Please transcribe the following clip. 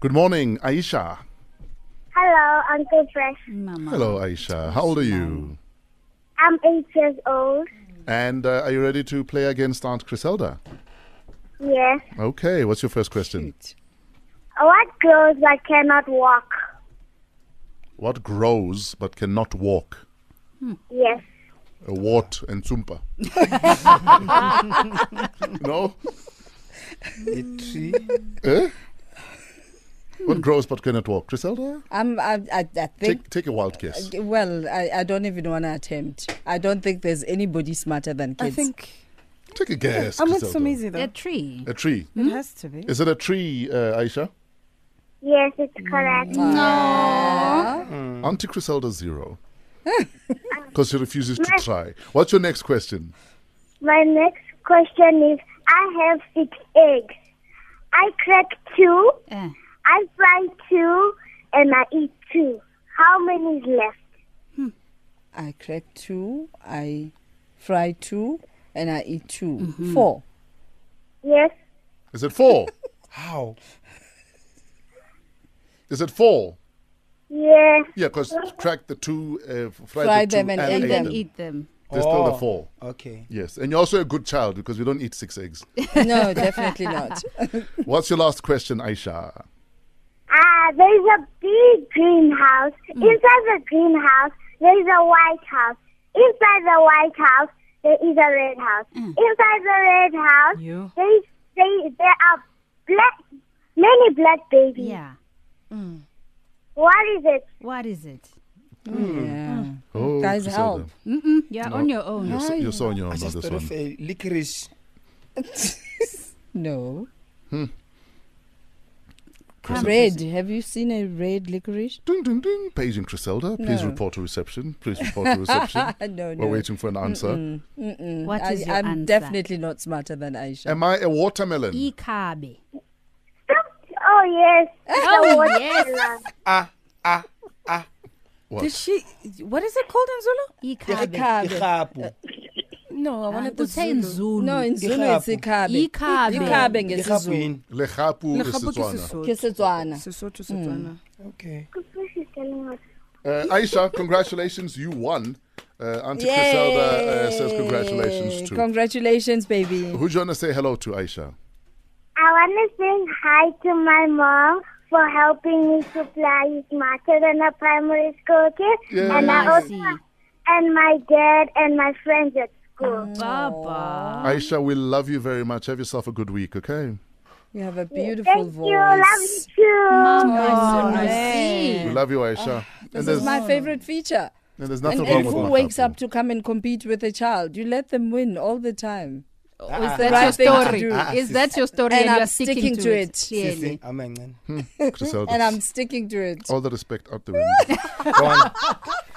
Good morning, Aisha. Hello, Uncle Fresh. Mama. Hello, Aisha. How old are you? I'm eight years old. And uh, are you ready to play against Aunt Griselda? Yes. Okay, what's your first question? Cute. What grows but cannot walk? What grows but cannot walk? Yes. A wart and tsumpa. no? A tree. Eh? What grows but cannot walk? Griselda? I'm, I, I, I think. Take, take a wild guess. Well, I, I don't even want to attempt. I don't think there's anybody smarter than I kids. think. Take a guess. I'm not Griselda. so easy though. A It, tree. tree. Hmm? has to be. Is it a tree, uh, Aisha? Yes, it's correct. Auntie Griselda zero. Because she refuses to try. What's your next question? My next question is I have six eggs. I crack two, Eh. I fry two, and I eat two. How many is left? I crack two, I fry two, and I eat 2 Mm-hmm. Four. Yes. Is it four? How? Is it four? Yes. Yeah, because crack the two, uh, f- fry, Fry the two them and And eat then eat them. There's still the Oh. four. Okay. Yes, and you're also a good child because we don't eat six eggs. No, definitely not. Hmm. What's your last question, Aisha? Ah, there's a big greenhouse. Hmm. Inside the greenhouse, there's a white house. Inside the white house, there is a red house. Hmm. Inside the red house, You. there, is, there, there are black, many black babies. Yeah. What is it? What is it? Yeah. Oh, Guys, Griselda. help. Oh, Mm-mm, you're on your own. You're, so, you're so on your own I on just this thought one. of a licorice. No. Come. Red. Have you seen a red licorice? Ding, ding, ding. Page in Griselda, please No. report to reception. Please report to reception. no, We're no. waiting for an answer. What I, is your I'm answer? definitely not smarter than Aisha. Am I a watermelon? Ikabe. Oh, yes. Oh, yes. Ah, ah, ah. What? Did she? What is it called in Zulu? Ikabe. Ikhabe. Ihapu. No, I wanted the Uthe in Zulu. Zulu. No, Ah, in Zulu it's Ikhabe. ikhabe. Ikhabe. Ihapu Ikhabe ngesiZulu. in. Lechapu is Lekgapo ke Setswana. é Sesotho. KeSetswana. Sesotho, Setswana. Okay. Uh, Aisha, congratulations. You won. Uh, Auntie Yay. Griselda uh, says congratulations too. Congratulations, baby. Who do you want to say hello to, Aisha? I want to say hi to my mom for helping me to fly smarter than a primary school kid. And I also, Nice. and my dad and my friends at school. Mm, Baba. Aisha, we love you very much. Have yourself a good week, okay? You have a beautiful Thank voice. you. Love you too. I We love you, Aisha. and, Ah, This there's, is my favorite feature. and there's An nothing wrong elf with who Makapu. wakes up to come and compete with a child. You let them win all the time. Is Ah, Right that thing to your story? do. Ah, Is that your story? And you're I'm sticking to it. Clearly. Amen. Griselda. Oh, And I'm sticking to it. All the respect out the window. Go on.